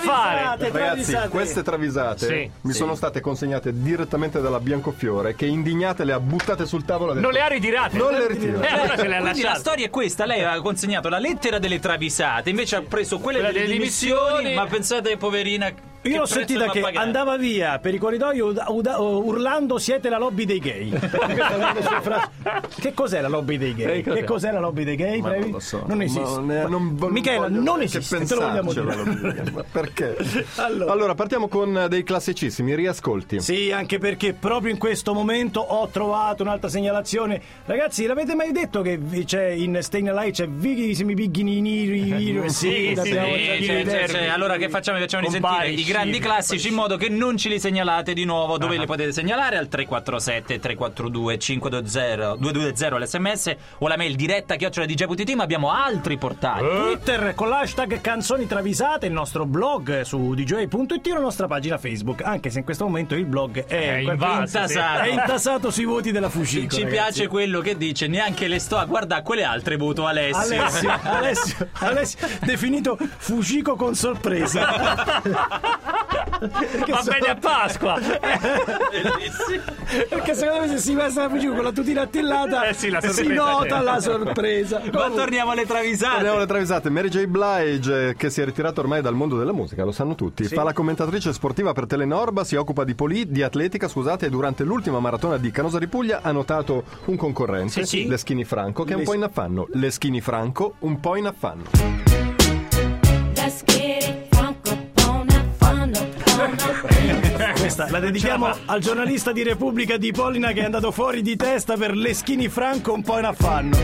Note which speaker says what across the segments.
Speaker 1: fare.
Speaker 2: Ragazzi,
Speaker 3: travisate.
Speaker 2: queste travisate
Speaker 1: Sì.
Speaker 2: mi sono state consegnate direttamente dalla Biancofiore, che indignate le ha buttate sul tavolo. e ha detto,
Speaker 1: Non le ha ritirate.
Speaker 2: Non le ritiro.
Speaker 1: Eh, allora ce le ha
Speaker 4: Quindi la
Speaker 1: lasciate.
Speaker 4: storia è questa, lei ha consegnato la lettera delle travisate, invece ha preso quella,
Speaker 1: Quella
Speaker 4: delle
Speaker 1: delle
Speaker 4: dimissioni,
Speaker 1: dimissioni.
Speaker 4: ma pensate poverina
Speaker 3: Io l'ho sentita che andava via per i corridoi ud- ud- urlando siete la lobby dei gay. Questa è una sua frase. che cos'è la lobby dei gay?
Speaker 2: Eh,
Speaker 3: che cos'è la lobby dei gay?
Speaker 2: Ma
Speaker 3: Previ?
Speaker 2: non Eh, lo so.
Speaker 3: Non esiste.
Speaker 2: Ma ne- non vo-
Speaker 3: Michela,
Speaker 2: voglio
Speaker 3: non
Speaker 2: neanche
Speaker 3: esiste, te lo vogliamo
Speaker 2: pensarcelo,
Speaker 3: dire.
Speaker 2: lo vogliamo. Ma Perché?
Speaker 3: Allora.
Speaker 2: allora. partiamo con eh, dei classicissimi riascolti.
Speaker 3: Sì, anche perché proprio in questo momento ho trovato un'altra segnalazione. Ragazzi, l'avete mai detto che vi- c'è in Stayin' Alive c'è Vighissimi Bigginini?
Speaker 1: sì,
Speaker 3: l'abbiamo già
Speaker 1: sì,
Speaker 3: detto.
Speaker 1: certo, certo.
Speaker 4: allora che facciamo? Vi facciamo risentire
Speaker 1: Compari,
Speaker 4: i
Speaker 1: scimmie,
Speaker 4: grandi
Speaker 1: compari,
Speaker 4: classici in modo che non ce li segnalate di nuovo. Dove li potete segnalare? Al 347 342 520 220 l'sms o la mail diretta chiocciola dj.it ma abbiamo altri portali.
Speaker 3: Twitter con l'hashtag canzoni travisate, il nostro blog su dj.it, la nostra pagina Facebook, anche se in questo momento il blog
Speaker 4: Eh,
Speaker 3: è,
Speaker 1: È
Speaker 3: in qualche-
Speaker 1: invaso, sì.
Speaker 4: Intasato.
Speaker 3: è intasato sui voti della Fucico.
Speaker 4: Ci piace quello che dice, neanche le sto a guardare quelle altre voto Alessio.
Speaker 3: Alessio, Alessio, Alessio, definito Fucico con sorpresa.
Speaker 1: Va bene a Pasqua.
Speaker 4: Eh,
Speaker 3: Perché secondo me se si passa la Fucico con la tutina attillata
Speaker 1: Eh sì, la
Speaker 3: si
Speaker 1: sorpresa,
Speaker 3: nota
Speaker 1: sì.
Speaker 3: la sorpresa.
Speaker 4: Ma
Speaker 3: Comunque-
Speaker 4: torniamo alle
Speaker 1: Ah,
Speaker 4: travisate.
Speaker 2: Torniamo alle travisate. Mary J. Blige, eh, che si è ritirata ormai dal mondo della musica, lo sanno tutti, fa la commentatrice sportiva per Telenorba, si occupa di, poli- di atletica, scusate, e durante l'ultima maratona di Canosa di Puglia ha notato un
Speaker 1: Sì,
Speaker 2: concorrente,
Speaker 1: sì.
Speaker 2: Leschini Franco, che è un po' in affanno. Leschini Franco, un po' in affanno.
Speaker 5: Let's get it funk up on that fun up on that.
Speaker 3: Eh, Questa la dedichiamo al giornalista di Repubblica di Polina che è andato fuori di testa per Leschini Franco un po' in affanno.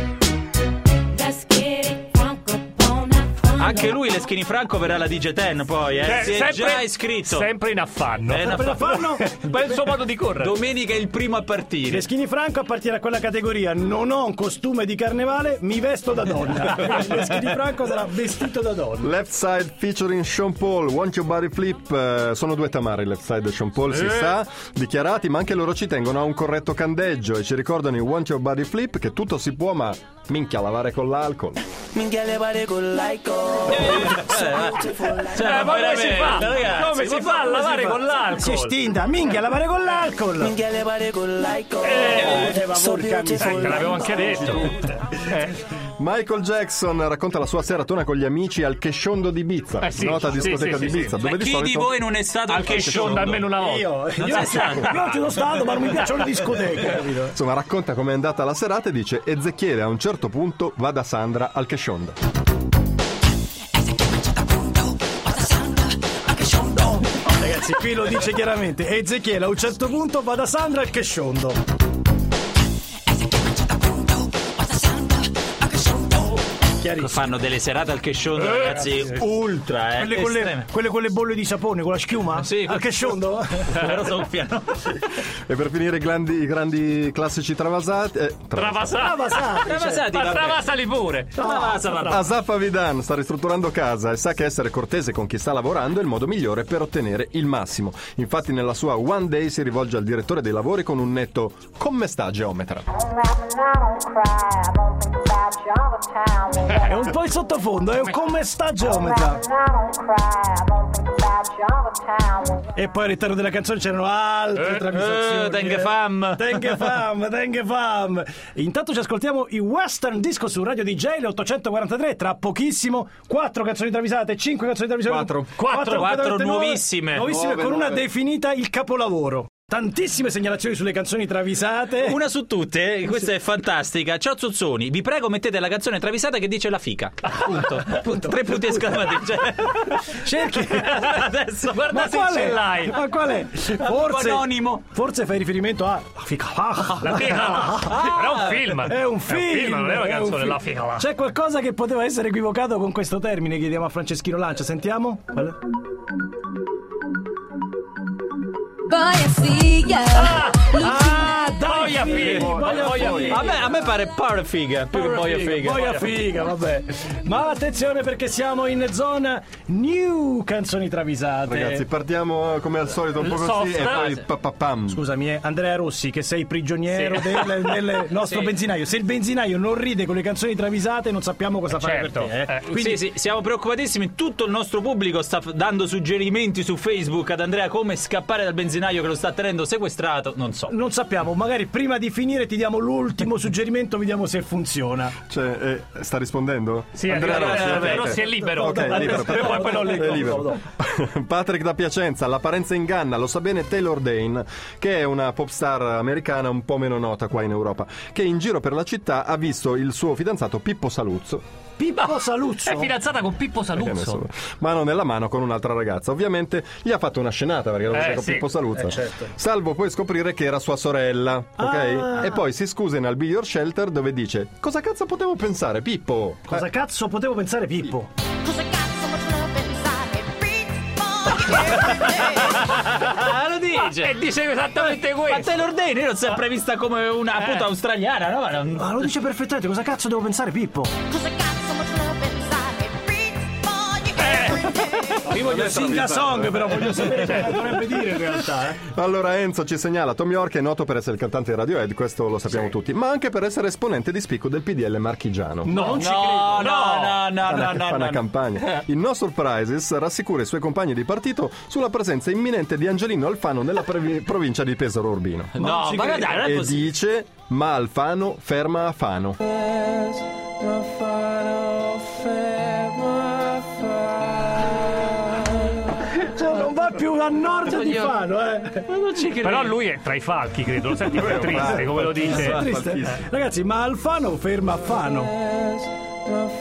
Speaker 5: Let's get it funk up on that fun
Speaker 4: Anche
Speaker 5: up.
Speaker 4: lui, Leschini Franco, verrà alla Digiten poi, eh.
Speaker 1: Cioè,
Speaker 4: si è già iscritto.
Speaker 1: Sempre in affanno.
Speaker 4: Eh, no.
Speaker 3: Per affanno
Speaker 1: Ma è il suo modo di correre.
Speaker 4: Domenica è il primo a partire.
Speaker 3: Leschini Franco appartiene a quella categoria non ho un costume di carnevale, mi vesto da donna. Leschini Franco sarà vestito da donna.
Speaker 2: Left Side featuring Sean Paul, Want Your Body Flip, eh, sono due tamari Left Side e Sean Paul,
Speaker 1: Eh.
Speaker 2: si sa, dichiarati, ma anche loro ci tengono a un corretto candeggio e ci ricordano in Want Your Body Flip che tutto si può, ma minchia lavare con l'alcol.
Speaker 6: Minchia le pare con l'alcol
Speaker 4: Cioè,
Speaker 1: Eh, ma come si
Speaker 4: veramente,
Speaker 1: fa?
Speaker 4: ragazzi,
Speaker 1: come si
Speaker 4: ma
Speaker 1: fa a
Speaker 4: come si
Speaker 1: lavare
Speaker 4: fa?
Speaker 1: con
Speaker 3: Si è
Speaker 1: l'alcol?
Speaker 3: stinta, minchia, lavare con l'alcol.
Speaker 6: Minchia le pare con l'alcol
Speaker 3: Poteva
Speaker 6: so
Speaker 3: porca
Speaker 6: beautiful.
Speaker 1: Eh, te
Speaker 3: miseria.
Speaker 1: l'avevo anche detto.
Speaker 2: Michael Jackson racconta la sua seratona con gli amici al Chesciondo di Ibiza,
Speaker 1: Eh sì,
Speaker 2: nota
Speaker 1: sì,
Speaker 2: discoteca
Speaker 1: sì,
Speaker 2: di
Speaker 1: sì,
Speaker 2: Ibiza,
Speaker 4: Ma
Speaker 2: dove di
Speaker 4: chi
Speaker 2: solito
Speaker 4: di voi non è stato al
Speaker 1: Anche Sean
Speaker 4: Keshondo?
Speaker 1: da almeno una volta.
Speaker 3: Io, io,
Speaker 4: sei stato.
Speaker 3: io ci sono stato, ma non mi piacciono le discoteche, capito?
Speaker 2: insomma racconta com'è andata la serata e dice Ezechiele a un certo punto va da Sandra al Chesciondo.
Speaker 3: Ragazzi, qui lo dice chiaramente. Ezechiele a un certo punto va da Sandra al Chesciondo. Chiarissimo.
Speaker 4: Fanno delle serate al Keshondo, ragazzi, ultra, eh.
Speaker 3: Quelle con, le,
Speaker 4: estreme.
Speaker 3: quelle con le bolle di sapone, con la schiuma?
Speaker 4: Sì,
Speaker 3: Al Chesciondo?
Speaker 4: Però soffiano.
Speaker 2: E per finire i grandi, i grandi classici travasati... eh, travasati.
Speaker 1: Travasati.
Speaker 3: Ma sai,
Speaker 4: Travasati,
Speaker 1: Ma
Speaker 4: vabbè.
Speaker 1: travasali pure.
Speaker 4: Travasa, vabbè.
Speaker 2: Asaf Avidan sta ristrutturando casa e sa che essere cortese con chi sta lavorando è il modo migliore per ottenere il massimo. Infatti nella sua One Day si rivolge al direttore dei lavori con un netto come sta geometra.
Speaker 3: È un po' il sottofondo, è un come sta geometra. E poi all'interno della canzone c'erano altre travisazioni.
Speaker 4: eh, Tenga
Speaker 3: eh.
Speaker 4: fam.
Speaker 3: Tenga fam, tenga fam. Intanto ci ascoltiamo i Western Disco su Radio DJ, le 843. Tra pochissimo, quattro canzoni travisate, cinque canzoni travisate.
Speaker 2: Quattro.
Speaker 4: Quattro,
Speaker 3: completamente nuove,
Speaker 4: nuovissime.
Speaker 3: Nuovissime,
Speaker 2: Nuove,
Speaker 3: con una
Speaker 2: nuove.
Speaker 3: definita il capolavoro. Tantissime segnalazioni sulle canzoni travisate.
Speaker 4: Una su tutte, eh, questa è fantastica. Ciao Zuzzoni, vi prego mettete la canzone travisata che dice la fica. Punto. Punto. Tre punti esclamativi. Cioè,
Speaker 3: Cerchi.
Speaker 4: adesso
Speaker 3: Ma
Speaker 4: guarda se
Speaker 3: qual
Speaker 4: ce
Speaker 3: è?
Speaker 4: l'hai.
Speaker 3: Ma qual è? Forse,
Speaker 4: Anonimo.
Speaker 3: forse fai riferimento a La fica. Ah,
Speaker 1: La figa. Era un film.
Speaker 3: È un film,
Speaker 1: non è una
Speaker 3: è un Cioè,
Speaker 1: canzone.
Speaker 3: film.
Speaker 1: La figa.
Speaker 3: C'è qualcosa che poteva essere equivocato con questo termine? Chiediamo a Franceschino Lancia, sentiamo. Qual è?
Speaker 5: Voy a see ya.
Speaker 3: Ah,
Speaker 1: Voglio a film.
Speaker 3: ah, Voglio
Speaker 1: Voglio a
Speaker 7: A me, a me pare power figa più che boia figa.
Speaker 3: Boia figa, vabbè. Ma attenzione perché siamo in zona new canzoni travisate.
Speaker 2: Ragazzi, partiamo eh, come al solito un po' così
Speaker 1: soft.
Speaker 2: e poi pa- pa- pam.
Speaker 3: Scusami, eh, Andrea Rossi, che sei prigioniero del, del nostro benzinaio. Se il benzinaio non ride con le canzoni travisate, non sappiamo cosa fare
Speaker 1: certo,
Speaker 3: per te. eh.
Speaker 1: eh.
Speaker 3: Quindi,
Speaker 4: Sì, sì, siamo preoccupatissimi. Tutto il nostro pubblico sta f- dando suggerimenti su Facebook ad Andrea come scappare dal benzinaio che lo sta tenendo sequestrato. Non so.
Speaker 3: non sappiamo. Magari prima di finire ti diamo l'ultimo suggerimento, vediamo se funziona.
Speaker 2: Cioè, eh, sta rispondendo?
Speaker 1: Sì,
Speaker 2: Andrea
Speaker 1: Andrea Rossi,
Speaker 2: Rossi, ok,
Speaker 1: è
Speaker 2: ok.
Speaker 1: libero.
Speaker 2: Ok,
Speaker 1: Andrea-
Speaker 2: libero,
Speaker 1: Poi- poi- poi non
Speaker 3: Andrea-
Speaker 1: leggo.
Speaker 2: È
Speaker 3: dopo,
Speaker 2: libero.
Speaker 3: dopo,
Speaker 2: Patrick da Piacenza, l'apparenza inganna, lo sa bene Taylor Dane, che è una pop star americana un po' meno nota qua in Europa, che in giro per la città ha visto il suo fidanzato Pippo Saluzzo,
Speaker 3: Pippo Saluzzo.
Speaker 1: È fidanzata con Pippo
Speaker 2: che è
Speaker 1: Saluzzo.
Speaker 2: messo mano nella mano con un'altra ragazza. Ovviamente gli ha fatto una scenata perché non
Speaker 1: Eh,
Speaker 2: c'era con
Speaker 1: sì.
Speaker 2: Pippo Saluzzo.
Speaker 3: Eh, certo.
Speaker 2: Salvo poi scoprire che era sua sorella, ok?
Speaker 3: Ah.
Speaker 2: E poi si scusa in Al Be Your Shelter dove dice: Cosa cazzo potevo pensare, Pippo?
Speaker 3: Cosa cazzo potevo pensare Pippo?
Speaker 8: Cosa cazzo ma love inside me beats for you.
Speaker 4: Ah, lo dice! Ah.
Speaker 1: E dice
Speaker 3: Eh,
Speaker 1: esattamente
Speaker 4: Ma
Speaker 1: questo.
Speaker 4: Taylor Day non si è prevista come una appunto australiana, no? Ma non-
Speaker 3: Ma lo dice perfettamente, cosa cazzo devo pensare Pippo?
Speaker 8: Cosa cazzo ma love inside me beats for you every day.
Speaker 3: Io voglio singa song, però voglio sapere cosa dovrebbe dire in realtà. eh.
Speaker 2: Allora Enzo ci segnala Tom York è noto per essere il cantante di Radiohead, questo lo sappiamo tutti, ma anche per essere esponente di spicco del PDL marchigiano.
Speaker 3: No, non ci
Speaker 4: No,
Speaker 3: credo.
Speaker 4: no, no,
Speaker 2: Fa
Speaker 4: no, no,
Speaker 2: una-
Speaker 4: no,
Speaker 2: fa una
Speaker 4: no.
Speaker 2: campagna. Il No Surprises rassicura i suoi compagni di partito sulla presenza imminente di Angelino Alfano nella previ- provincia di Pesaro Urbino.
Speaker 4: No,
Speaker 3: ci
Speaker 4: ma
Speaker 3: credo.
Speaker 1: Ah,
Speaker 4: dai, non è
Speaker 2: E
Speaker 4: possibile.
Speaker 2: dice: Ma Alfano ferma a Fano.
Speaker 3: Cioè, non va più a nord di Fano, eh.
Speaker 1: Però lui è tra i falchi, credo. Lo senti poi è triste, come lo
Speaker 3: È
Speaker 1: dice.
Speaker 3: triste. Ragazzi, ma Alfano ferma Fano.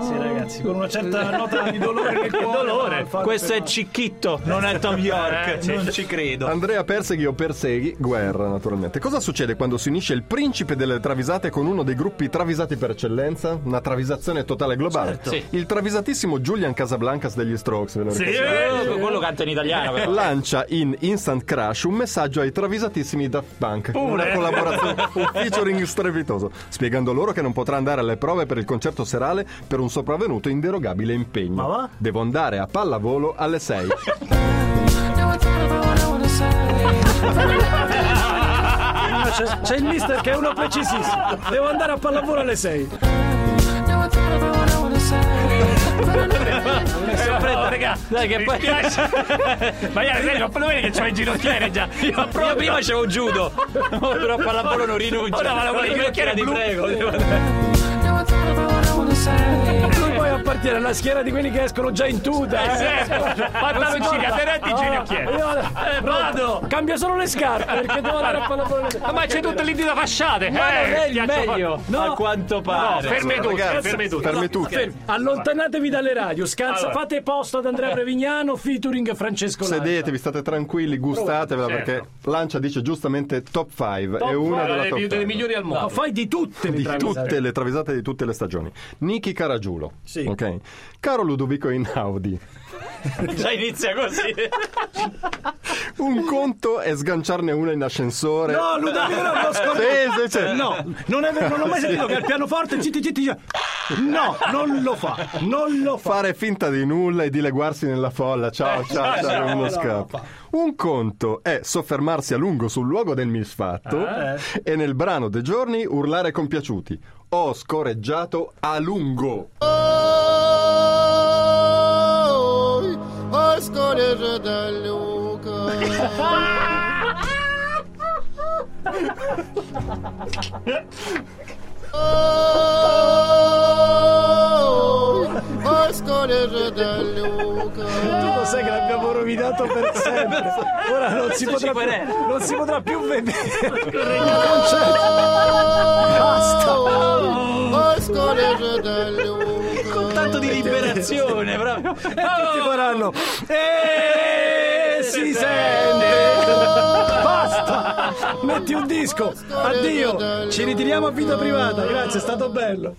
Speaker 3: Sì, ragazzi, con una certa nota di dolore nel cuore.
Speaker 1: dolore.
Speaker 3: ma Alfano
Speaker 4: Questo è
Speaker 3: ferma.
Speaker 4: Cicchitto, non è Tom York.
Speaker 1: Eh, sì.
Speaker 4: Non ci credo.
Speaker 2: Andrea Perseghi o Perseghi, guerra naturalmente. Cosa succede quando si unisce il principe delle travisate con uno dei gruppi travisati per eccellenza? Una travisazione totale globale.
Speaker 4: Sì.
Speaker 2: Il travisatissimo Julian Casablancas degli Strokes, ve lo
Speaker 1: Certo. Sì.
Speaker 2: ricordate?
Speaker 4: Eh, Quello canta in italiano, però.
Speaker 2: Lancia in Instant Crash un messaggio ai travisatissimi Daft Punk.
Speaker 1: Pure?
Speaker 2: Una collaborazione, un featuring strepitoso, spiegando loro che non potrà andare alle prove per il concerto serale per un sopravvenuto inderogabile impegno.
Speaker 3: Ma va?
Speaker 2: Devo andare a pallavolo alle 6.
Speaker 3: Ah, c'è, c'è il mister che è uno precisissimo. Devo andare a pallavolo alle 6.
Speaker 1: Pretta, raga,
Speaker 4: Dai, che poi-
Speaker 1: Mi piace. Ma io, ad esempio, poi vedi che c'ho il ginocchiere già. Io
Speaker 4: Io prima c'avevo judo, Ora però pallavolo non rinuncio.
Speaker 1: Ora vado con il ginocchiere
Speaker 4: ti
Speaker 1: blu.
Speaker 4: prego.
Speaker 3: Lui poi appartiene alla schiera di quelli che escono già in tuta. eh.
Speaker 1: Fatta l'uccidia,
Speaker 4: Ah,
Speaker 1: tenete il ginocchiere.
Speaker 3: Io-
Speaker 1: Eh, vado.
Speaker 3: Cambia solo le scarpe perché devo andare a pallavolo alle 6.
Speaker 1: Ah, Ma c'è tutte lì da fasciate.
Speaker 4: Ma
Speaker 1: eh,
Speaker 4: non è il
Speaker 1: ghiaccio fa-
Speaker 4: meglio,
Speaker 3: No.
Speaker 4: a quanto
Speaker 1: No,
Speaker 4: pare.
Speaker 1: ferme tutte,
Speaker 2: Ragazzi,
Speaker 1: ferme tutte.
Speaker 2: fermi tutti.
Speaker 3: Fermi, allontanatevi dalle radio, scansa,
Speaker 1: Allora.
Speaker 3: fate posto ad Andrea Prevignano, featuring Francesco Lancia.
Speaker 2: Sedetevi, state tranquilli, gustatevela
Speaker 1: Certo.
Speaker 2: perché Lancia dice giustamente top 5 è
Speaker 3: five,
Speaker 2: una della
Speaker 1: Delle,
Speaker 2: top
Speaker 1: mi- eh, delle
Speaker 2: five.
Speaker 1: migliori al mondo.
Speaker 3: Ma fai di tutte le
Speaker 2: di
Speaker 3: travisate.
Speaker 2: tutte le travisate di tutte le stagioni. Niki Caragiulo.
Speaker 3: Sì.
Speaker 2: ok? Caro Ludovico Inaudi,
Speaker 4: Già inizia così.
Speaker 2: un conto è sganciarne una in ascensore.
Speaker 3: No, Ludovico non lo
Speaker 2: Sì,
Speaker 3: sconosco.
Speaker 2: sì, sì.
Speaker 3: No, non, è vero, non ho mai sentito che al pianoforte zitti zitti dice No, non lo fa, non lo fa. Eh,
Speaker 2: Fare finta di nulla e dileguarsi nella folla. Ciao, ciao, ciao,
Speaker 3: ciao,
Speaker 2: uno
Speaker 3: no,
Speaker 2: scappo. Un conto è soffermarsi a lungo sul luogo del misfatto
Speaker 3: Eh.
Speaker 2: e nel brano dei giorni urlare compiaciuti. Ho scoreggiato a lungo.
Speaker 3: Tu lo sai che l'abbiamo rovinato per sempre. Ora non si potrà più,
Speaker 4: parere.
Speaker 3: non si potrà più vedere il concerto. Basta.
Speaker 4: Con tanto di liberazione, proprio.
Speaker 3: Tutti faranno E Eh, si sente Basta Metti un disco Addio Ci ritiriamo a vita privata Grazie è stato bello